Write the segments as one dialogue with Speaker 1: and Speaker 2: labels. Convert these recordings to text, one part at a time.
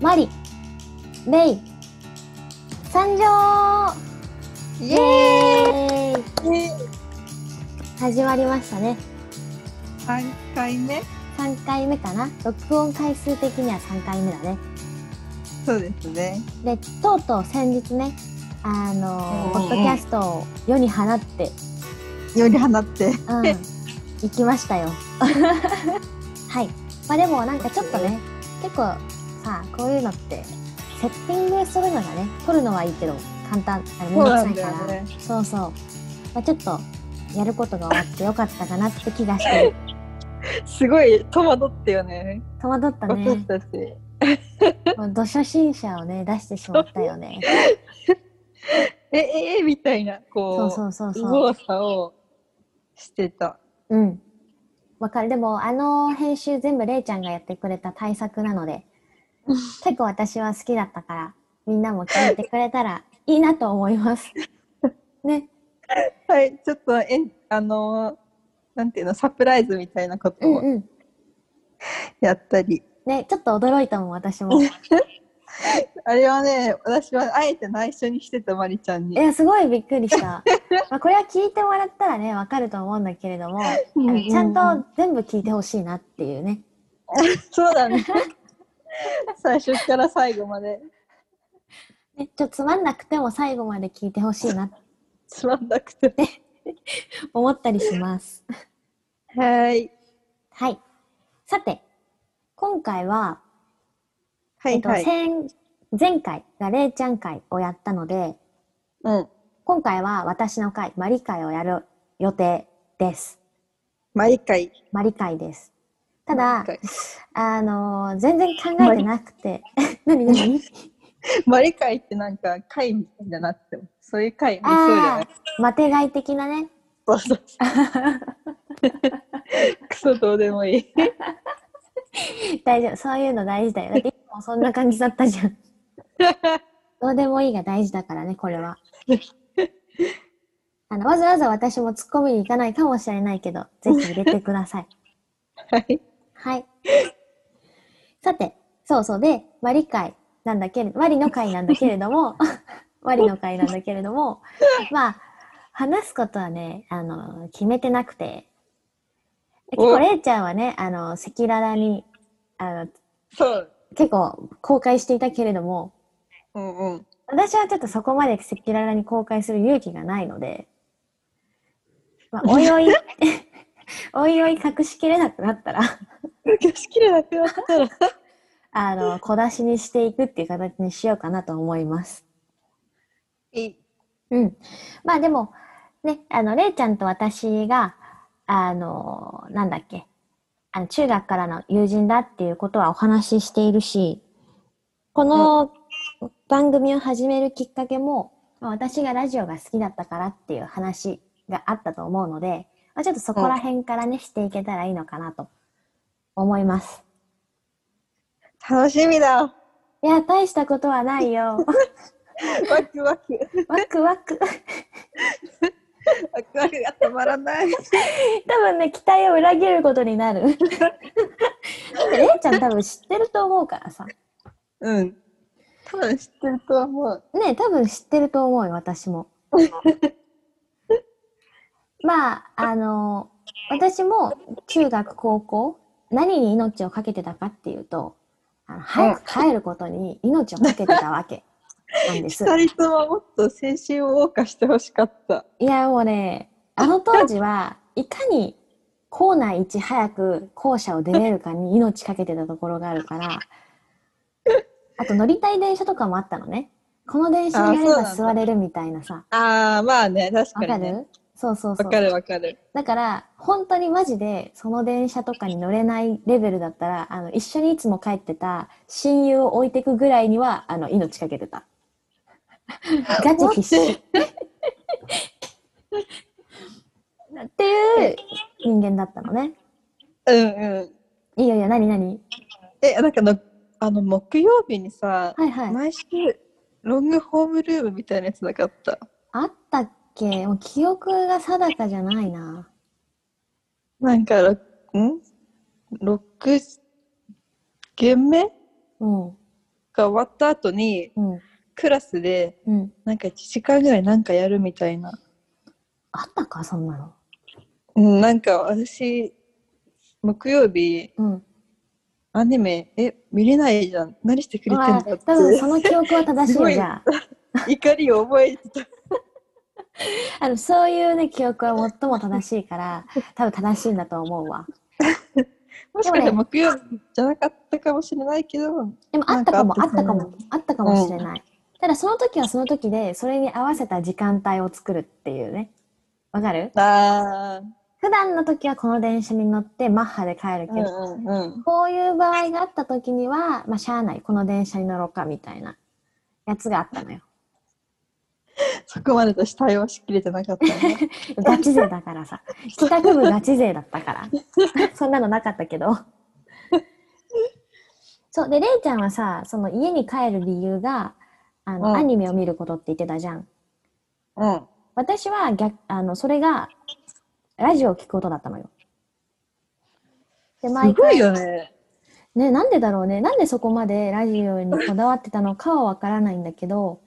Speaker 1: マリ、レイ、参上
Speaker 2: イ
Speaker 1: イ
Speaker 2: エ
Speaker 1: エーイ
Speaker 2: ーイ
Speaker 1: 始まりましたね。
Speaker 2: 三回目
Speaker 1: 3回目かな録音回数的には3回目だね。
Speaker 2: そうですね
Speaker 1: で、とうとう先日ね、あのー、ポ
Speaker 2: うん
Speaker 1: ッドキャストを世に放って、
Speaker 2: より放って
Speaker 1: うん、行きま したよ。はい。まあでもなんかちょっとね、結構さ、こういうのって、セッティングするのがね、撮るのはいいけど、簡単、あのめんどくさいか
Speaker 2: そうなんだよ
Speaker 1: ら
Speaker 2: ね。
Speaker 1: そうそう。まあちょっと、やることが終わってよかったかなって気がして る、
Speaker 2: すごい戸惑ったよね
Speaker 1: 戸惑った
Speaker 2: 私
Speaker 1: ね。
Speaker 2: たち
Speaker 1: もう土初心者をね、出してしまったよね。
Speaker 2: えええみたいな
Speaker 1: そ
Speaker 2: こ
Speaker 1: う
Speaker 2: う
Speaker 1: そうそう
Speaker 2: 右
Speaker 1: そう。
Speaker 2: 往左往してた
Speaker 1: うん。わかる。でも、あの編集全部れいちゃんがやってくれた対策なの で、結構私は好きだったから、みんなも聞いてくれたらいいなと思い ます。ね。
Speaker 2: はいちょっとえんあのーなんていうのサプライズみたいなこと
Speaker 1: うん
Speaker 2: を
Speaker 1: うん。
Speaker 2: やったり、
Speaker 1: ね、ちょっと驚いたもん、私も。い
Speaker 2: あれはね私はあえて内緒にしてたまりちゃんに
Speaker 1: や、すごいびっくりした。まあ、これは聞いてもらったらね、わかると思うんだけれども、あ
Speaker 2: う
Speaker 1: の
Speaker 2: うう
Speaker 1: ちゃんと全部聞いてほしいなっていうね。
Speaker 2: そうだね 最初から最後まで
Speaker 1: ねちょっとつまんなくても最後まで聞いてほしいなって
Speaker 2: つまんなくて
Speaker 1: 思ったりします。
Speaker 2: はい
Speaker 1: はい。さて、今回は、
Speaker 2: は
Speaker 1: えっ
Speaker 2: い
Speaker 1: と、
Speaker 2: はい、
Speaker 1: 先前回がれいちゃん会をやったので、
Speaker 2: うん
Speaker 1: 今回は私の会、マリ会をやる予定です。
Speaker 2: 毎回
Speaker 1: マリ会です。た
Speaker 2: マ
Speaker 1: だ
Speaker 2: リ会、
Speaker 1: あのー全然考えてなくて、何何
Speaker 2: マリ会ってなんか会みたいだなって思うそういう会ありそうじゃない
Speaker 1: マテガイ的なね。
Speaker 2: そうそうそうクソどうでもいい
Speaker 1: 大丈夫。そういうの大事 だよ。だっていつもそんな感じだったじゃん。どうでもいいが大事だからね、これ は。あの、わざわざ私も突っ込みに行かないかもしれないけど、ぜひ入れてください。
Speaker 2: はい
Speaker 1: はい。さて、そうそうで、マリ会なんだけれど、マリの会なんだけれども、 マリの会なんだけれども、まあ、話すことはね、あの、決めてなくて、結
Speaker 2: お
Speaker 1: 構、れいちゃんはね、あの、赤裸々に、あの、
Speaker 2: そう
Speaker 1: 結構公開していたけれども、
Speaker 2: うんうん
Speaker 1: 私はちょっとそこまで赤裸々に公開する勇気がないので、まあ、おいおい、おいおい隠しきれなくなったら、
Speaker 2: 消しきれなくなったら
Speaker 1: あの、小出しにしていくっていう形にしようかなと思います。
Speaker 2: いい
Speaker 1: うん。まあでも、ね、あの、れいちゃんと私が、あの、なんだっけ、あの、中学からの友人だっていうことはお話ししているし、この番組を始めるきっかけも、まあ私がラジオが好きだったからっていう話があったと思うので、まあ、ちょっとそこら辺からね、していけたらいいのかなと思います。
Speaker 2: 楽しみだワ
Speaker 1: いや、大したことはないよ。
Speaker 2: クワク
Speaker 1: ワクワク。
Speaker 2: ワクワクが止まらない
Speaker 1: 多分ね、期待を裏切ることになる。だって、れいちゃん多分知ってると思うからさ。
Speaker 2: うん多分知ってると思う
Speaker 1: ねえ多分知ってると思うよ、私も。まあ、あの私も中学、高校、何に命をかけてたかっていうと、あの早く帰ることに命をかけてたわけなん です。
Speaker 2: 二人とももっと青春を謳歌してほしかった
Speaker 1: いや、もうね、あの当時はいかに校内一早く校舎を出れるかに命かけてたところがあるから、あと乗りたい電車とかもあったのね。この電車に乗れ
Speaker 2: あ
Speaker 1: ば
Speaker 2: ーそう
Speaker 1: 座
Speaker 2: な
Speaker 1: れるみたいなさ。
Speaker 2: ああまあね確
Speaker 1: わ
Speaker 2: か
Speaker 1: か
Speaker 2: にね
Speaker 1: るそうそうそ
Speaker 2: わか
Speaker 1: う。
Speaker 2: るわかる
Speaker 1: だから、本当にマジで、その電車とかに乗れないレベルだったら、あの、一緒にいつも帰ってた親友を置いてくぐらいには、あの、命かけて た。ガチ必死。
Speaker 2: 待って
Speaker 1: っていう人間だったのね。
Speaker 2: うんうん
Speaker 1: いいよいいよ、なになに
Speaker 2: えなんかのあの木曜日にさ、
Speaker 1: はいはい。
Speaker 2: 毎週ロングホームルームみたいなやつなかった
Speaker 1: あったっけもう記憶が定かじゃないな。
Speaker 2: なんかろん6限目
Speaker 1: うん。
Speaker 2: が終わった後に、
Speaker 1: うん。
Speaker 2: クラスで、
Speaker 1: うん。
Speaker 2: なんか1時間ぐらいなんかやるみたいな。
Speaker 1: あったか、そんなの。
Speaker 2: うん、なんか私、木曜日、
Speaker 1: うん。
Speaker 2: アニメ、え、見れないじゃん。何してくれてんだ
Speaker 1: あ
Speaker 2: って
Speaker 1: ー多分その記憶は正しい
Speaker 2: すご
Speaker 1: よ、
Speaker 2: い
Speaker 1: じゃあ。
Speaker 2: 怒りを覚えてた。
Speaker 1: あのそういうね、記憶は最も正しい から、多分正しいんだと思うわ。
Speaker 2: もしかしたら木曜日じゃなかったかもしれないけど、
Speaker 1: でもあったかも、あ
Speaker 2: な
Speaker 1: っ
Speaker 2: んか
Speaker 1: たか
Speaker 2: あったかも
Speaker 1: も、あったかもしれない。ただその時はその時で、それに合わせた時間帯を作るっていうね。わかる
Speaker 2: ああ、
Speaker 1: 普段の時はこの電車に乗ってマッハで帰る
Speaker 2: う
Speaker 1: けど、
Speaker 2: んうんうん。
Speaker 1: こういう場合があった時には、まあ、しゃあない、この電車に乗ろうかみたいなやつがあったのよ。
Speaker 2: そこまでと対応しきれてなかっ たね。
Speaker 1: ガチ勢だから さ。帰宅部ガチ勢だったから。そんなのなかったけど。そう。で、れいちゃんはさ、その家に帰る理由が、あの、
Speaker 2: うん
Speaker 1: アニメを見ることって言ってたじゃん。
Speaker 2: うん。
Speaker 1: 私は逆、あの、それが、ラジオを聞くことだったのよ。で、
Speaker 2: すごいよね。
Speaker 1: ね、なんでだろうね。なんでそこまでラジオにこだわってたのかはわからないんだけど、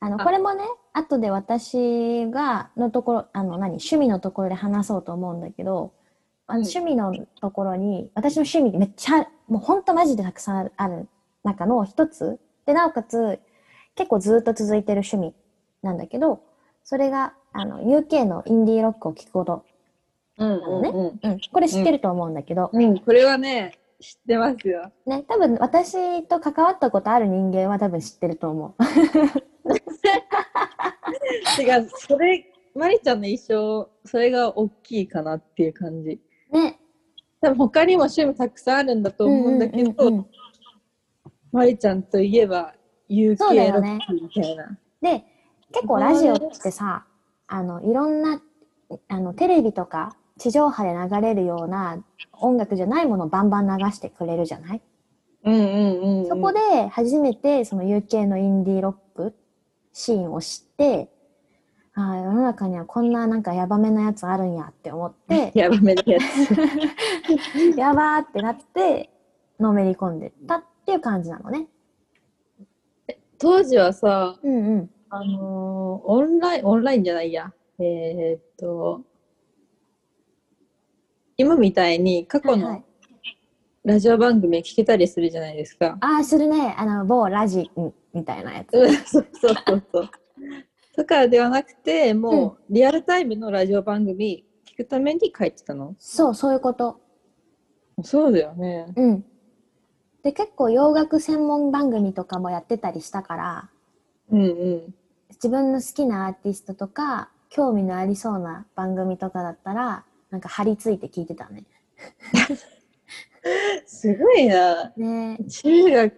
Speaker 1: あの、
Speaker 2: あ
Speaker 1: これもね、後で私が、のところ、あの、何、趣味のところで話そうと思うんだけど、あの
Speaker 2: うん
Speaker 1: 趣味のところに、私の趣味めっちゃ、もうほんとマジでたくさんあるある中の一つ。で、なおかつ、結構ずっと続いてる趣味なんだけど、それが、あの、UK のインディーロックを聞くこと。
Speaker 2: うん
Speaker 1: うんうん。これ知ってると思うんだけど、
Speaker 2: うん。うん、これはね、知ってますよ。
Speaker 1: ね、多分私と関わったことある人間は多分知ってると思う。
Speaker 2: てか、それ、まりちゃんの一生、それが大きいかなっていう感じ。
Speaker 1: ね。
Speaker 2: 多分他にも趣味たくさんあるんだと思うんだけ
Speaker 1: うんうんう
Speaker 2: ど、
Speaker 1: ん
Speaker 2: まりちゃんといえば、有
Speaker 1: そう
Speaker 2: 形
Speaker 1: だよ
Speaker 2: ロ
Speaker 1: ね
Speaker 2: ッキーみたいな。
Speaker 1: で、結構ラジオってさ、あの、いろんな、あの、テレビとか地上波で流れるような音楽じゃないものをバンバン流してくれるじゃない、
Speaker 2: うんうんうんうん。
Speaker 1: そこで初めてその UK のインディーロックシーンを知って、ああ、世の中にはこんななんかヤバめなやつあるんやって思 って、
Speaker 2: やばめのやつ。
Speaker 1: やばーってなって、のめり込んでったっていう感じなのね。
Speaker 2: 当時はさ、
Speaker 1: うんうん。
Speaker 2: あのーオンライン、オンラインじゃないや。えーっと、今みたいに過去
Speaker 1: はいはい
Speaker 2: のラジオ番組聞けたりするじゃないですか。
Speaker 1: ああ、するね。あの、某ラジンみたいなやつ。
Speaker 2: うんそうそうそうそう。とかではなくて、もうリアルタイムのラジオ番組聞くために書いてたの。
Speaker 1: そう、そういうこと。
Speaker 2: そうだよね。
Speaker 1: うん。で、結構洋楽専門番組とかもやってたりしたから、
Speaker 2: うんうん。
Speaker 1: 自分の好きなアーティストとか、興味のありそうな番組とかだったら、なんか張り付いて聞いてたね。
Speaker 2: すごいな。
Speaker 1: ね
Speaker 2: 中学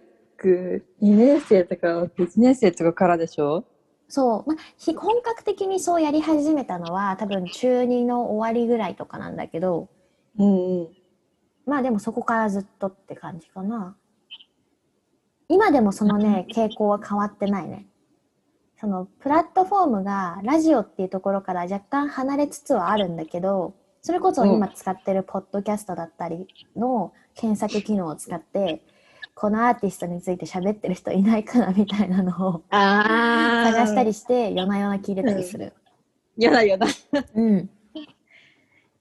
Speaker 2: 2年生とか1年生とかからでしょ
Speaker 1: そう、ま、ひ本格的にそうやり始めたのは、多分中2の終わりぐらいとかなんだけど、
Speaker 2: うんうん。
Speaker 1: まあでもそこからずっとって感じかな。今でもそのね、傾向は変わってないね。そのプラットフォームがラジオっていうところから若干離れつつはあるんだけど、それこそ今使ってるポッドキャストだったりの検索機能を使って、このアーティストについて喋ってる人いないかなみたいなのを
Speaker 2: あ
Speaker 1: 探したりして、夜な夜な聞いてたりする。
Speaker 2: やだやだ。
Speaker 1: うん。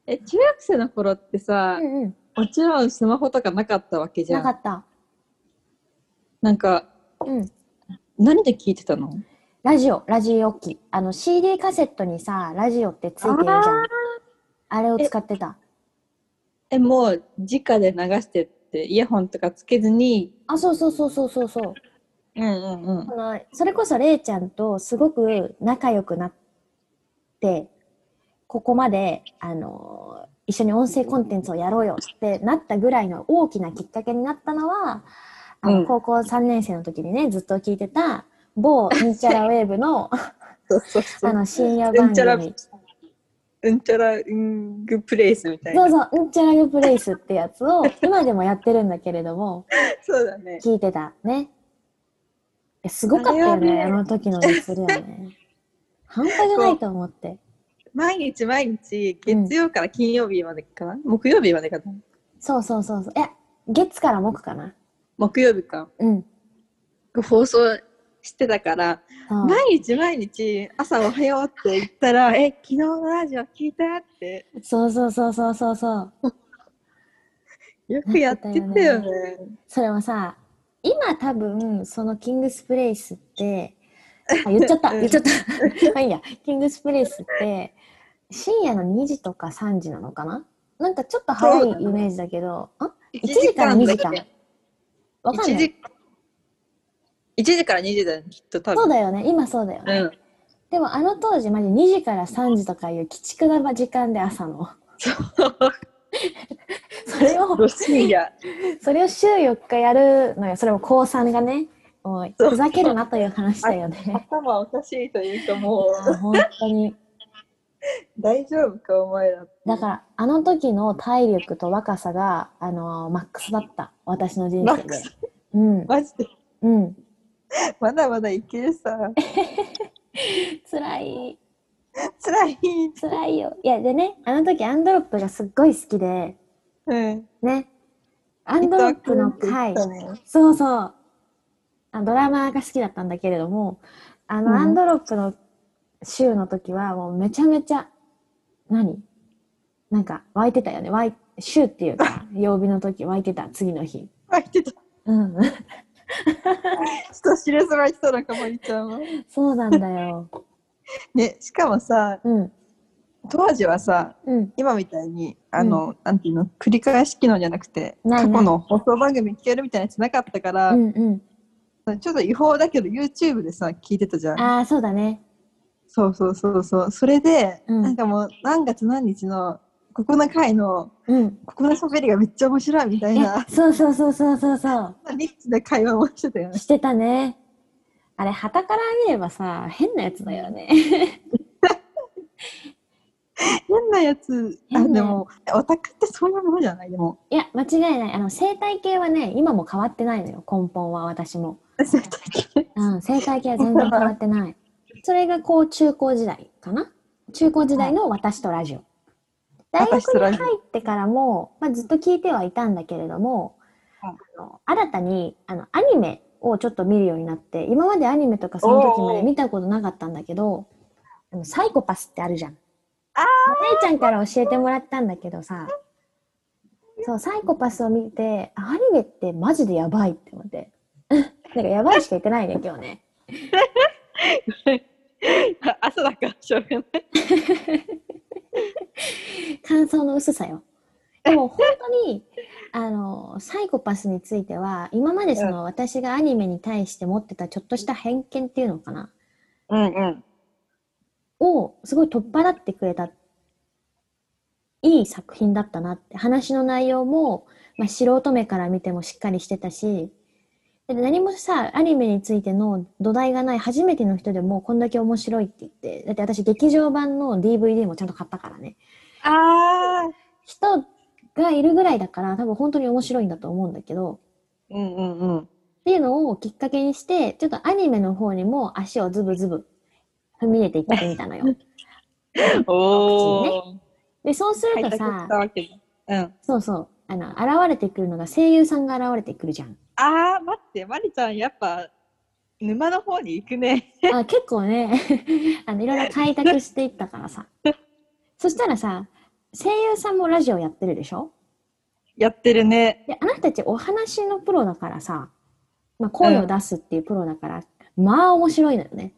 Speaker 2: え、中学生の頃って
Speaker 1: う
Speaker 2: さ、
Speaker 1: んうん。
Speaker 2: もちろんスマホとかなかったわけじゃ。
Speaker 1: なんか
Speaker 2: な
Speaker 1: った。
Speaker 2: んか、
Speaker 1: うん。
Speaker 2: 何で聞いてたの
Speaker 1: ラジオ、ラジオ機。あの、CD カセットにさ、ラジオってついてるじゃん。あれを使ってた。
Speaker 2: え、もう、直で流してって、イヤホンとかつけずに、
Speaker 1: あ、そうそうそうそうそうそう。
Speaker 2: うんうんうん
Speaker 1: あ。の、それこそれいちゃんとすごく仲良くなって、ここまで、あの、一緒に音声コンテンツをやろうよってなったぐらいの大きなきっかけになったのは、あの、
Speaker 2: うん
Speaker 1: 高校3年生の時にね、ずっと聞いてた、某インチャラウェーブ の、あ
Speaker 2: そうそうそう。
Speaker 1: の、深夜
Speaker 2: うん
Speaker 1: 番
Speaker 2: ちゃら、
Speaker 1: 組。
Speaker 2: うんちゃら、うんぐプレイスみたい
Speaker 1: そ
Speaker 2: な
Speaker 1: う。そう、うんちゃらぐプレイスってやつ を、今でもやってるんだけれども、
Speaker 2: そうだね。
Speaker 1: 聞いてたね。えすごかったよね、あ
Speaker 2: あれはね
Speaker 1: の時の熱量ね。 半端じゃないと思って。
Speaker 2: 毎日毎日、月曜から金曜日までかな、木曜日までかな
Speaker 1: そうそうそうそう。いや、月から木かな。
Speaker 2: 木曜日か。
Speaker 1: うん。
Speaker 2: 放送してたから、
Speaker 1: そう
Speaker 2: 毎日毎日朝おはようって言ったら、え、昨日のラジオ聞いたって、
Speaker 1: そうそうそうそうそうそう。
Speaker 2: よくやってたよね。
Speaker 1: それもさ、今多分、そのキングスプレイスって、あ言っちゃった、
Speaker 2: うん
Speaker 1: 言っちゃった。 まあいいや、キングスプレイスって、深夜の2時とか3時なのかななんかちょっと早いイメージだけど、あ
Speaker 2: 1
Speaker 1: 1時から2時間
Speaker 2: 1
Speaker 1: わかんない。
Speaker 2: 時1時から2時だよね、きっと多分。
Speaker 1: そうだよね、今そうだよね。
Speaker 2: うん。
Speaker 1: でもあの当時、まじ2時から3時とかいう鬼畜な時間で朝の。 それを、
Speaker 2: ロシア。
Speaker 1: それを週4日やるのよ。それも高3がね、もう
Speaker 2: そう
Speaker 1: ふざけるなという話だよね。
Speaker 2: 頭おかしいというかも
Speaker 1: いや本当に。
Speaker 2: う、大丈夫か、お前ら。
Speaker 1: だから、あの時の体力と若さが、あのーマックスだった。私の人
Speaker 2: マ
Speaker 1: 生
Speaker 2: ック
Speaker 1: で
Speaker 2: ス。
Speaker 1: うん。
Speaker 2: マジで、
Speaker 1: うん。
Speaker 2: まだまだいけ るさ。
Speaker 1: 辛い。
Speaker 2: 辛い。
Speaker 1: 辛いよ。いや、でね、あの時アンドロップがすっごい好きで、
Speaker 2: うん。
Speaker 1: ね。アンドロップの回。そうそう。あドラマーが好きだったんだけれども、あ
Speaker 2: うん
Speaker 1: の、アンドロップの週の時は、もうめちゃめちゃ、何なんか、湧いてたよね。湧い、週っていう か、曜日の時湧いてた、次の日。
Speaker 2: 入ってた。
Speaker 1: うん。
Speaker 2: 人知れず入ってたのか、まりちゃんは。
Speaker 1: そうなんだよ。
Speaker 2: ね、しかもさ、
Speaker 1: うん。
Speaker 2: 当時はさ、
Speaker 1: うん。
Speaker 2: 今みたいに、あの、なんていうの、繰り返し機能じゃなくて、
Speaker 1: ないない
Speaker 2: 過去の放送番組聞けるみたいなやつなかったから、
Speaker 1: うんうん。
Speaker 2: ちょっと違法だけど、YouTube でさ、聞いてたじゃん。
Speaker 1: ああ、そうだね。
Speaker 2: そうそうそうそう。それで、
Speaker 1: うん
Speaker 2: なんかもう、何月何日の、ここの回の、
Speaker 1: うん。
Speaker 2: ここの喋りがめっちゃ面白いみたい
Speaker 1: え
Speaker 2: な、
Speaker 1: そうそうそうそうそうそ
Speaker 2: リッチな会話もしてたよ
Speaker 1: う。
Speaker 2: ね。
Speaker 1: してたね。あれ、旗から見ればさ、変なやつだよね。
Speaker 2: 変なやつ、あ、
Speaker 1: 変な
Speaker 2: でも、オタクってそういうものじゃないで も、
Speaker 1: いや、間違いない。あの、生態系はね、今も変わってないのよ、根本は私も。
Speaker 2: 絶対
Speaker 1: うん、生態系は全然変わって ない。それがこう、中高時代かな中高時代の私とラジオ。大学
Speaker 2: 私と
Speaker 1: に
Speaker 2: ラ
Speaker 1: 入
Speaker 2: ジオ
Speaker 1: ってからも、まあ、ずっと聞いてはいたんだけれども、
Speaker 2: はい
Speaker 1: あの新たにあのアニメをちょっと見るようになって、今までアニメとかその時まで見たことなかったんだけど、あのサイコパスってあるじゃん。
Speaker 2: あー
Speaker 1: お姉ちゃんから教えてもらったんだけどさ、そう、サイコパスを見て、あアニメってマジでやばいって思って。 なんかやばいしか言ってないね、今日ね。
Speaker 2: 朝だからしょうがない。
Speaker 1: 感想の薄さよ。でも本当にあのサイコパスについては今までその、私がアニメに対して持ってたちょっとした偏見っていうのかな
Speaker 2: うんうん。
Speaker 1: をすごい取っ払ってくれたいい作品だったなって話の内容も、まあ、素人目から見てもしっかりしてたしで何もさアニメについての土台がない初めての人でもこんだけ面白いって言ってだって私劇場版の DVD もちゃんと買ったからね
Speaker 2: あー。
Speaker 1: 人がいるぐらいだから多分本当に面白いんだと思うんだけど
Speaker 2: うんうんうん。
Speaker 1: っていうのをきっかけにしてちょっとアニメの方にも足をズブズブ踏み入れていってみたのよ。
Speaker 2: おー。
Speaker 1: でそうする
Speaker 2: 開
Speaker 1: と
Speaker 2: 拓
Speaker 1: さ
Speaker 2: したわけだ。うん。
Speaker 1: そうそうあの現れてくるのが声優さんが現れてくるじゃん。
Speaker 2: あー、待って、まりちゃん、やっぱ、沼の方に行くね。
Speaker 1: あ結構ね あのいろいろ開拓していったからさ。そしたらさ声優さんもラジオやってるでしょ
Speaker 2: やってるね。
Speaker 1: であなたたちお話のプロだからさ、まあ、声を出すっていうプロだから、まあ面白いのよね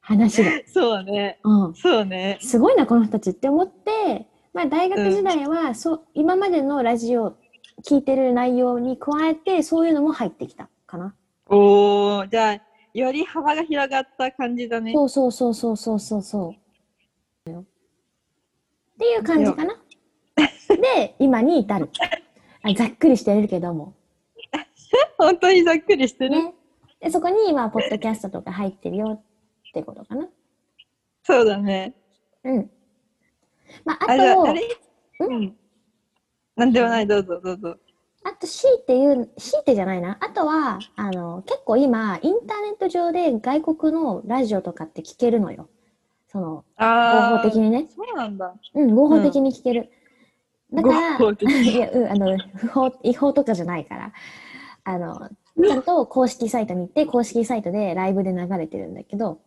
Speaker 1: 話が、
Speaker 2: そうね。
Speaker 1: うん、
Speaker 2: そうね。
Speaker 1: すごいなこの人たちって思って、まあ、大学時代は、そう今までのラジオ聞いてる内容に加えてそういうのも入ってきたかな、
Speaker 2: おー、じゃあ、より幅が広がった感じだね。
Speaker 1: そうそうそうそうそうそうそうっていう感じかなで今に至るあざっくりしてるけども
Speaker 2: 本当にざっくりしてる。
Speaker 1: ね。で、そこに、まあ、ポッドキャストとか入ってるよってことかな。
Speaker 2: そうだね。
Speaker 1: うん。まあ、あ
Speaker 2: あ、じゃあ、
Speaker 1: と、
Speaker 2: あ
Speaker 1: あ
Speaker 2: れうん。なんでもない、どうぞ、どうぞ。
Speaker 1: と、強いて言う、強いてじゃないな。あとは、あの、結構今、インターネット上で外国のラジオとかって聞けるのよ。その、合
Speaker 2: あ
Speaker 1: 法的にね。
Speaker 2: そうなんだ。
Speaker 1: うん、合法的に聞ける。だから、
Speaker 2: 合法的
Speaker 1: いや、うん、あの、不法、違法とかじゃないから。あの、ちゃんと公式サイトに行って、公式サイトでライブで流れてるんだけど、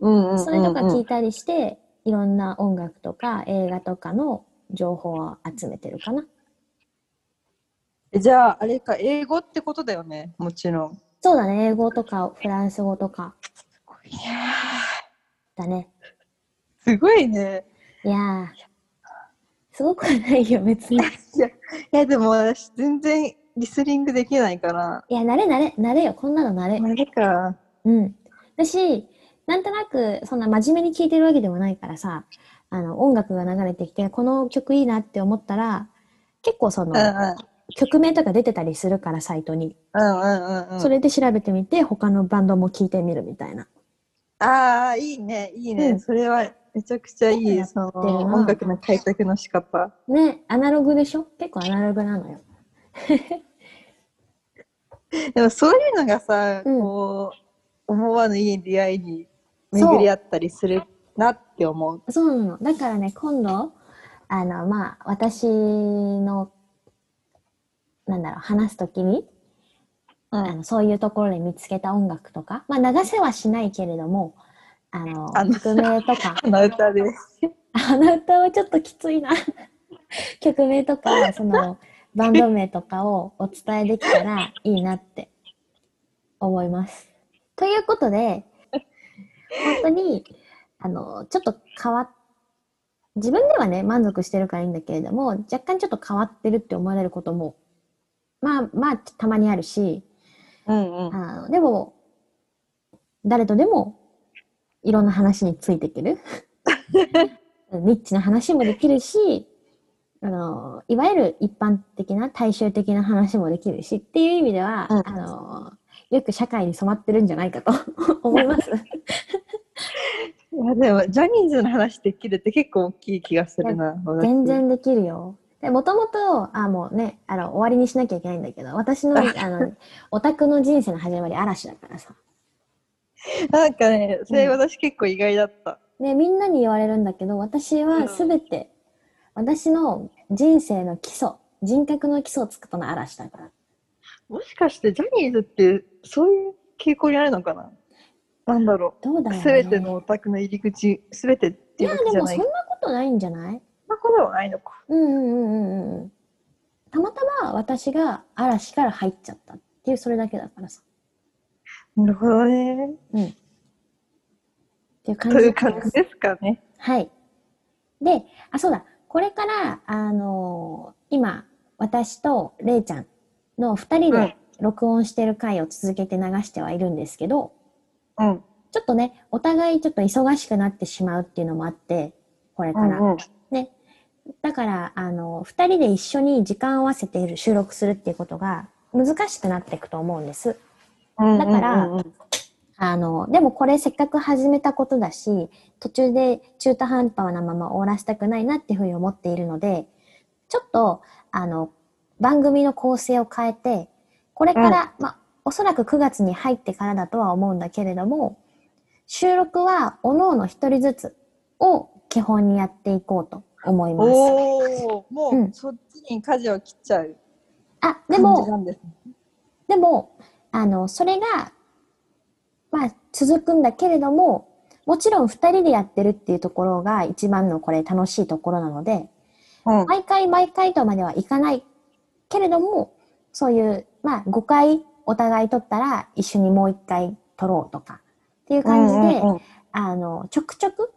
Speaker 2: うんうん
Speaker 1: それとか聞
Speaker 2: い
Speaker 1: いたりして、いろんな音楽とか映画とかの情報を集めてるかな。
Speaker 2: てじゃああれか英語ってことだよねもちろん
Speaker 1: そうだね、英語とかフランス語とか
Speaker 2: いや
Speaker 1: だね。
Speaker 2: ーすごいね
Speaker 1: いやー、すごくはないよ、別に。
Speaker 2: いやでも私全然リスニングできないから
Speaker 1: いや、慣れ慣れ、慣れよ、こんなの慣れ。
Speaker 2: あれか
Speaker 1: うん。だし、なんとなく、そんな真面目に聴いてるわけでもないからさ、あの、音楽が流れてきて、この曲いいなって思ったら、結構その、
Speaker 2: う
Speaker 1: 曲名とか出てたりするから、サイトに。
Speaker 2: んうんうんうんうんうん
Speaker 1: それで調べてみて、他のバンドも聴いてみるみたいな。
Speaker 2: ああいいねいいね、
Speaker 1: うん
Speaker 2: それはめちゃくちゃいい
Speaker 1: やって
Speaker 2: その
Speaker 1: な
Speaker 2: 音楽の開拓の仕方
Speaker 1: ね、アナログでしょ結構アナログなのよ。
Speaker 2: でもそういうのがさ、
Speaker 1: うん
Speaker 2: こう思わぬいい出会いに巡り合ったりするなって思う
Speaker 1: そうなの。だからね、今度、あの、まあ、私の、なんだろう、話すときに、
Speaker 2: う、
Speaker 1: あのそういうところで見つけた音楽とか、まあ、流せはしないけれどもあの
Speaker 2: あの
Speaker 1: 曲名とか
Speaker 2: 鼻歌です
Speaker 1: 鼻歌はちょっときついな曲名とかそのバンド名とかをお伝えできたらいいなって思います。ということで本当にあのちょっと変わっ自分ではね満足してるからいいんだけれども若干ちょっと変わってるって思われることもまあまあたまにあるし
Speaker 2: うんうん
Speaker 1: あのでも、誰とでもいろんな話についていけ る。ニッチな話もできるし、あの、いわゆる一般的な大衆的な話もできるしっていう意味では、
Speaker 2: うん
Speaker 1: あの、よく社会に染まってるんじゃないかと 思います。
Speaker 2: いやでもジャニーズの話できるって結構大きい気がするな
Speaker 1: 全然できるよ。で、もともと、あ、もうね、あの、終わりにしなきゃいけないんだけど、私 の、あの、オタクの人生の始まり嵐だからさ。
Speaker 2: 私なんかねそれ私結構意外だった、
Speaker 1: ね、みんなに言われるんだけど、私
Speaker 2: う
Speaker 1: は
Speaker 2: ん
Speaker 1: すべて、私の人生の基礎、人格の基礎を作ったのは嵐だから。
Speaker 2: もしかしてジャニーズってそういう傾向にあるのかななんだろ
Speaker 1: どうだ
Speaker 2: う
Speaker 1: ろう、ね。
Speaker 2: すべてのオタクの入り口すべてって
Speaker 1: い
Speaker 2: いう
Speaker 1: や、
Speaker 2: わ
Speaker 1: で
Speaker 2: けじゃ
Speaker 1: も
Speaker 2: な
Speaker 1: そ
Speaker 2: い
Speaker 1: んなことないんじゃない
Speaker 2: そんなことはないのか。
Speaker 1: うんうんうんうんうんうん。たまたま私が嵐から入っちゃったっていう、それだけだからさ。
Speaker 2: なるほどね。
Speaker 1: うん。っていう感
Speaker 2: と
Speaker 1: じ
Speaker 2: い
Speaker 1: だ
Speaker 2: う
Speaker 1: から
Speaker 2: 感じですかね。
Speaker 1: はい。で、あ、そうだ。これから、あのー今、私とれいちゃんの二人
Speaker 2: う
Speaker 1: で
Speaker 2: ん
Speaker 1: 録音してる回を続けて流してはいるんですけど、
Speaker 2: うん。
Speaker 1: ちょっとね、お互いちょっと忙しくなってしまうっていうのもあって、これ
Speaker 2: う
Speaker 1: から。
Speaker 2: んうん。
Speaker 1: ね。だから、あの、二人で一緒に時間を合わせて収録するっていうことが難しくなっていくと思うんです。だから
Speaker 2: うんうんうん
Speaker 1: あの、でもこれせっかく始めたことだし、途中で中途半端なまま終わらせたくないなっていうふうに思っているので、ちょっと、あの、番組の構成を変えて、これから、まあ、おそらく9月に入ってからだとは思うんだけれども、収録は、おのおの一人ずつを基本にやっていこうと思います。
Speaker 2: おお、も
Speaker 1: うん
Speaker 2: うそっちに舵を切っちゃう
Speaker 1: あ、で
Speaker 2: 感
Speaker 1: も
Speaker 2: じ、なんですね。
Speaker 1: でも、あの、それが、まあ、続くんだけれども、もちろん二人でやってるっていうところが一番のこれ楽しいところなので、
Speaker 2: うん
Speaker 1: 毎回毎回とまではいかないけれども、そういう、まあ、5回お互い取ったら一緒にもう1回取ろうとか、っていう感じで、
Speaker 2: うんうんうん
Speaker 1: あの、ちょくちょく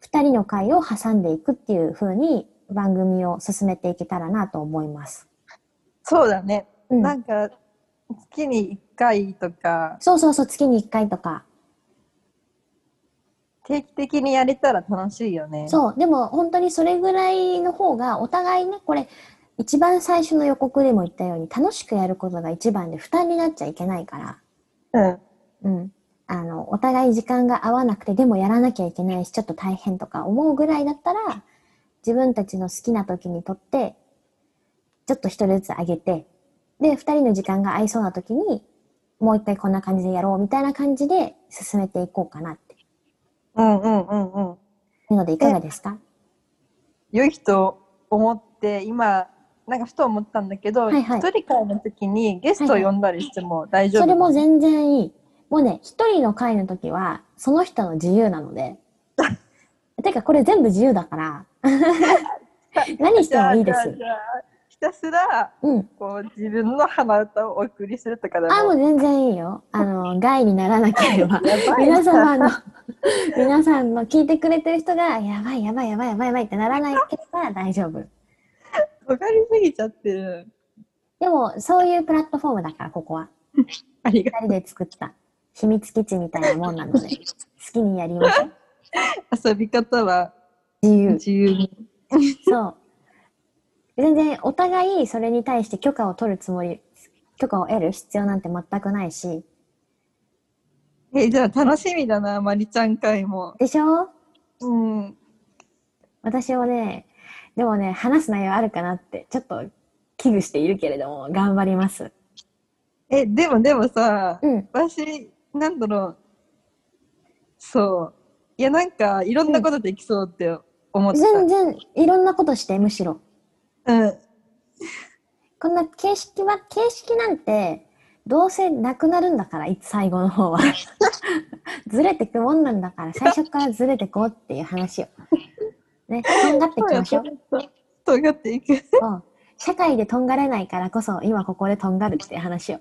Speaker 1: 二人の回を挟んでいくっていう風に番組を進めていけたらなと思います。
Speaker 2: そうだね。
Speaker 1: うん。
Speaker 2: なんか月に一回とか
Speaker 1: そうそうそう、月に1回とか、
Speaker 2: 定期的にやれたら楽しいよね。う。
Speaker 1: そう、でも本当にそれぐらいの方が、お互いね、これ、一番最初の予告でも言ったように、楽しくやることが一番で負担になっちゃいけないから、
Speaker 2: うん。
Speaker 1: うん。あの、お互い時間が合わなくて、でもやらなきゃいけないし、ちょっと大変とか思うぐらいだったら、自分たちの好きな時にとって、ちょっと一人ずつ上げて、で、二人の時間が合いそうな時に、もう一回こんな感じでやろうみたいな感じで進めていこうかなって。
Speaker 2: うんうんうんうん。
Speaker 1: なので、いかがですか
Speaker 2: 良いと思って今なんかふと思ったんだけど、
Speaker 1: はいはい
Speaker 2: 一人会の時にゲストを呼んだりしても大丈夫、
Speaker 1: それも全然いい。もうね、一人の会の時は、その人の自由なの で。てか、これ全部自由だから。何してもいいで
Speaker 2: じゃあ
Speaker 1: す。
Speaker 2: じゃあひたすら
Speaker 1: うん。
Speaker 2: こう自分の鼻歌をお送りするとかでも
Speaker 1: あ、もう全然いいよ。あの、害にならなけ れば。
Speaker 2: やばいな
Speaker 1: 皆様の、皆さんの聞いてくれてる人が、やばいやばいやばいやばいやばいってならないければ大丈夫。
Speaker 2: わかりすぎちゃってる
Speaker 1: でも、そういうプラットフォームだから、ここは。
Speaker 2: ありが
Speaker 1: 二人で作った秘密基地みたいなもんなの で、好きにやりましょう。
Speaker 2: 遊び方は
Speaker 1: 自由。
Speaker 2: 自由に
Speaker 1: そう。全然お互いそれに対して許可を取るつもり、許可を得る必要なんて全くないし、
Speaker 2: えじゃあ楽しみだなまりちゃん会も
Speaker 1: でしょ
Speaker 2: うん
Speaker 1: 私をね、でもね、話す内容あるかなって、ちょっと危惧しているけれども、頑張ります。
Speaker 2: えでもでもさ、
Speaker 1: うん。
Speaker 2: 私なんだろうそういやなんかいろんなことできそうって思った、
Speaker 1: 全然、いろんなことして、むしろ。
Speaker 2: うん
Speaker 1: こんな形式は、形式なんて、どうせなくなるんだから、いつ最後の 方は。ずれてくもんなんだから、最初からずれてこうっていう話を。ね、頑張っていきましょう。
Speaker 2: とがっていく。
Speaker 1: うん社会でとんがれないからこそ今ここでとんがるっていう話を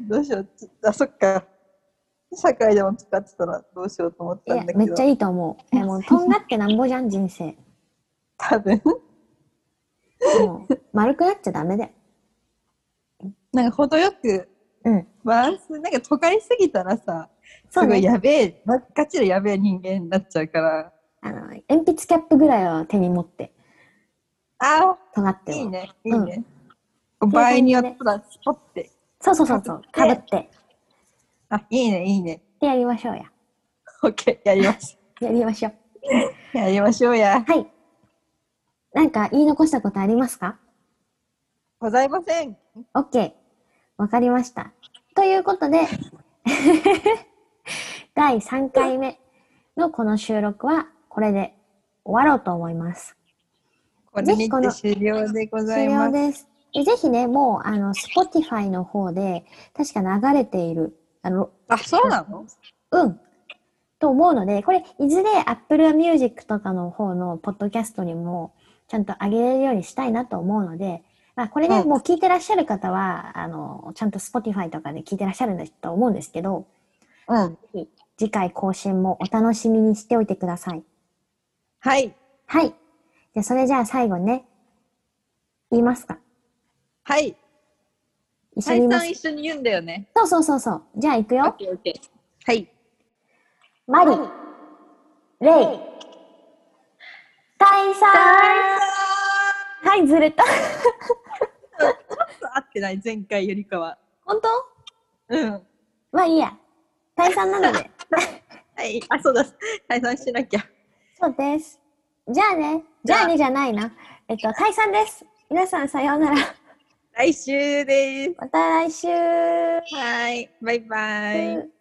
Speaker 2: どうしよう。あ、そっか。社会でも使ってたらどうしようと思っ
Speaker 1: い
Speaker 2: た
Speaker 1: や
Speaker 2: んだけど。
Speaker 1: めっちゃいいと思ういやもうとんがってなんぼじゃん人生
Speaker 2: 多分。
Speaker 1: もう丸くなっちゃダメだよ
Speaker 2: なんか程よく、
Speaker 1: うん
Speaker 2: バランス、なんか都会すぎたらさ、す
Speaker 1: そう
Speaker 2: ごい
Speaker 1: ね
Speaker 2: やべえ、ガチでやべえ人間になっちゃうから。
Speaker 1: あの鉛筆キャップぐらいは手に持って
Speaker 2: あ
Speaker 1: とがっ
Speaker 2: あ、
Speaker 1: て
Speaker 2: いい
Speaker 1: も
Speaker 2: ね、いいね。場合によったらスポッて。
Speaker 1: そうそうそうそうかぶってっ
Speaker 2: あ、いいね、いいね。
Speaker 1: てやりましょうや
Speaker 2: オッケー、やります。
Speaker 1: やりましょう
Speaker 2: やりましょうや。
Speaker 1: はいなんか言い残したことありますか
Speaker 2: ございません。
Speaker 1: OK。わかりました。ということで、 第3回目のこの収録はこれで終わろうと思います。
Speaker 2: これに
Speaker 1: ぜひこ
Speaker 2: て
Speaker 1: の
Speaker 2: 終了でござ
Speaker 1: 終
Speaker 2: い
Speaker 1: 了
Speaker 2: ます。
Speaker 1: です。でぜひね、もう、あの、Spotify の方で、確か流れている、あの、
Speaker 2: あ、そうなの
Speaker 1: うん、と思うので、これ、いずれ Apple Music とかの方のポッドキャストにも、ちゃんと上げれるようにしたいなと思うので、まあ、これね、
Speaker 2: うん
Speaker 1: もう聞いてらっしゃる方は、あの、ちゃんと Spotify とかで聞いてらっしゃるんだと思うんですけど、
Speaker 2: うん。
Speaker 1: 次回更新もお楽しみにしておいてください。
Speaker 2: はい。
Speaker 1: はい。じゃあそれじゃあ最後ね、言いますか
Speaker 2: はい。
Speaker 1: 一緒に
Speaker 2: 再
Speaker 1: 言います。
Speaker 2: 三一緒に言うんだよね。
Speaker 1: そうそうそうそう。じゃあ行く
Speaker 2: オッ
Speaker 1: よ。
Speaker 2: ケーオッケー。はい。
Speaker 1: マリ、レイ、タイさんはい、ずれた。
Speaker 2: 合ってない、前回よりかは。
Speaker 1: 本当
Speaker 2: うん。は
Speaker 1: まあいいや。退散なので。
Speaker 2: い。あ、そうだ。解散しなきゃ。
Speaker 1: そうです。じゃあね。じゃあねじゃないな。えっと、退散です。皆さんさようなら。
Speaker 2: 来週です。
Speaker 1: また来週。
Speaker 2: はい。バイバイ。
Speaker 1: うん